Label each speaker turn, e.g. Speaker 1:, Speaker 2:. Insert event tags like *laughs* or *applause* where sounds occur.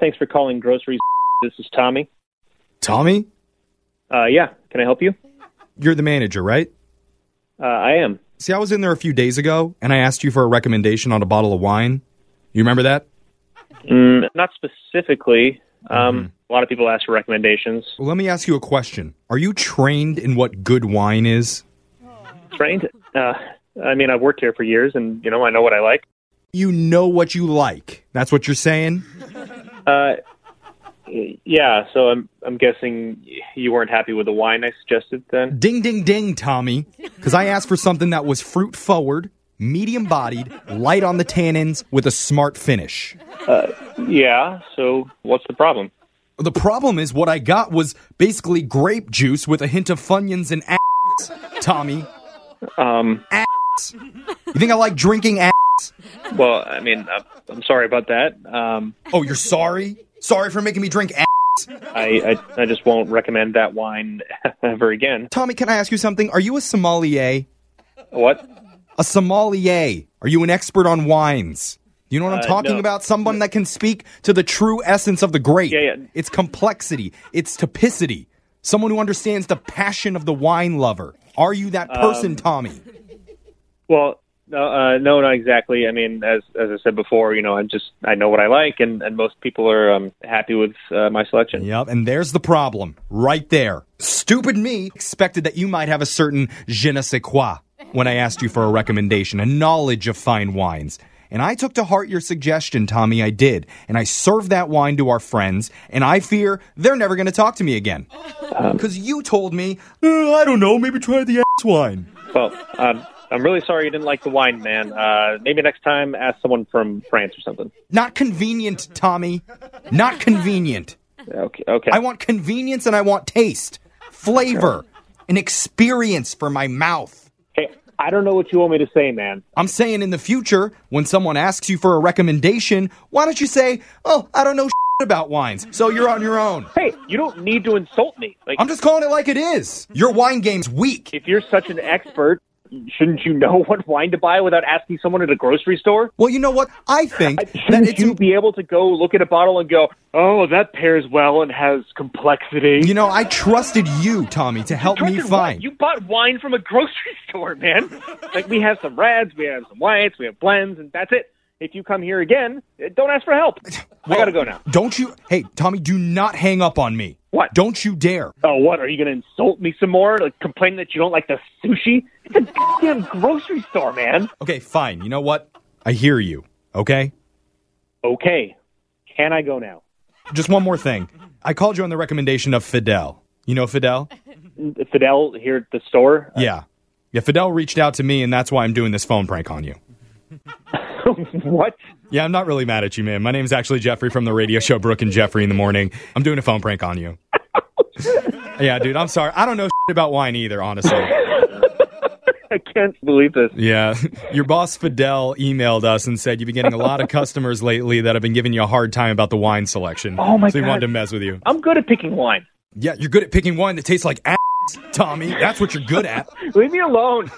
Speaker 1: Thanks for calling Groceries. This is Tommy.
Speaker 2: Tommy,
Speaker 1: Uh, yeah, can I help you?
Speaker 2: you're the manager, right?
Speaker 1: Uh, I am.
Speaker 2: See, I was in there a few days ago and I asked you for a recommendation on a bottle of wine. You remember that?
Speaker 1: Mm, not specifically. Um, A lot of people ask for recommendations.
Speaker 2: Well, let me ask you a question. Are you trained in what good wine is?
Speaker 1: Trained? Uh, I mean, I've worked here for years, and you know, I know what I like.
Speaker 2: You know what you like. That's what you're saying?
Speaker 1: Uh, y- yeah, so I'm I'm guessing you weren't happy with the wine I suggested then.
Speaker 2: Ding, ding, ding, Tommy. Because I asked for something that was fruit forward, medium bodied, light on the tannins, with a smart finish.
Speaker 1: Yeah. So what's the problem?
Speaker 2: The problem is what I got was basically grape juice with a hint of funyuns and ass, Tommy.
Speaker 1: Um,
Speaker 2: You think I like drinking ass?
Speaker 1: well, I mean, I'm, I'm sorry about that. Um,
Speaker 2: Oh, you're sorry? Sorry for making me drink ass?
Speaker 1: I, I I just won't recommend that wine *laughs* ever again.
Speaker 2: Tommy, can I ask you something? Are you a sommelier?
Speaker 1: What?
Speaker 2: A sommelier. Are you an expert on wines? You know what I'm
Speaker 1: Uh,
Speaker 2: talking
Speaker 1: no.
Speaker 2: about? Someone that can speak to the true essence of the grape.
Speaker 1: Yeah, yeah.
Speaker 2: Its complexity, its typicity. Someone who understands the passion of the wine lover. Are you that
Speaker 1: Um,
Speaker 2: person, Tommy?
Speaker 1: Well, no, uh, no, not exactly. I mean, as as I said before, you know, I just I know what I like, and and most people are um, happy with uh, my selection.
Speaker 2: Yep, and there's the problem. Right there. Stupid me expected that you might have a certain je ne sais quoi when I asked you for a recommendation, a knowledge of fine wines. And I took to heart your suggestion, Tommy, I did. And I served that wine to our friends, and I fear they're never going to talk to me again. Because you told me, "Uh, I don't know, maybe try the ass wine.
Speaker 1: Well, um, I'm really sorry you didn't like the wine, man. Uh, maybe next time ask someone from France or something.
Speaker 2: Not convenient, Tommy. Not convenient.
Speaker 1: Okay, okay.
Speaker 2: I want convenience and I want taste, flavor, an experience for my mouth.
Speaker 1: hey, I don't know what you want me to say, man.
Speaker 2: I'm saying in the future, when someone asks you for a recommendation, why don't you say, "Oh, I don't know about wines, so you're on your own."
Speaker 1: Hey, you don't need to insult me. Like,
Speaker 2: I'm just calling it like it is. Your wine game's weak.
Speaker 1: if you're such an expert, shouldn't you know *laughs* what wine to buy without asking someone at a grocery store?
Speaker 2: Well, you know what? I think that
Speaker 1: Shouldn't
Speaker 2: it's
Speaker 1: you be able to go look at a bottle and go, "Oh, that pairs well and has complexity"?
Speaker 2: you know, I trusted you, Tommy, to help me
Speaker 1: Trusted wine.
Speaker 2: find.
Speaker 1: You bought wine from a grocery *laughs* store, man. like we have some reds, we have some whites, we have blends, and that's it. If you come here again, eh, don't ask for help. I gotta go now.
Speaker 2: Don't you? Hey, Tommy, do not hang up on me.
Speaker 1: What?
Speaker 2: Don't you dare.
Speaker 1: Oh, what? Are you gonna insult me some more? Like complain that you don't like the sushi? It's a goddamn grocery store, man.
Speaker 2: Okay, fine. You know what? I hear you. Okay?
Speaker 1: Okay, can I go now?
Speaker 2: Just one more thing. I called you on the recommendation of Fidel. You know Fidel?
Speaker 1: Fidel here at the store. *laughs*
Speaker 2: Yeah. Yeah, Fidel reached out to me, and that's why I'm doing this phone prank on you.
Speaker 1: what?
Speaker 2: Yeah, I'm not really mad at you, man. My name's actually Jeffrey from the radio show Brooke and Jeffrey in the morning. I'm doing a phone prank
Speaker 1: *laughs*
Speaker 2: on you. yeah, dude, I'm sorry. I don't know shit about wine either, honestly.
Speaker 1: I can't believe this.
Speaker 2: Yeah. *laughs* Your boss Fidel emailed us and said you've been getting a lot of customers lately that have been giving you a hard time about the wine selection.
Speaker 1: Oh, my
Speaker 2: So he
Speaker 1: God.
Speaker 2: wanted to mess with you.
Speaker 1: I'm good at picking wine.
Speaker 2: Yeah, you're good at picking wine that tastes like ass, Tommy. That's what you're good at.
Speaker 1: Leave me alone.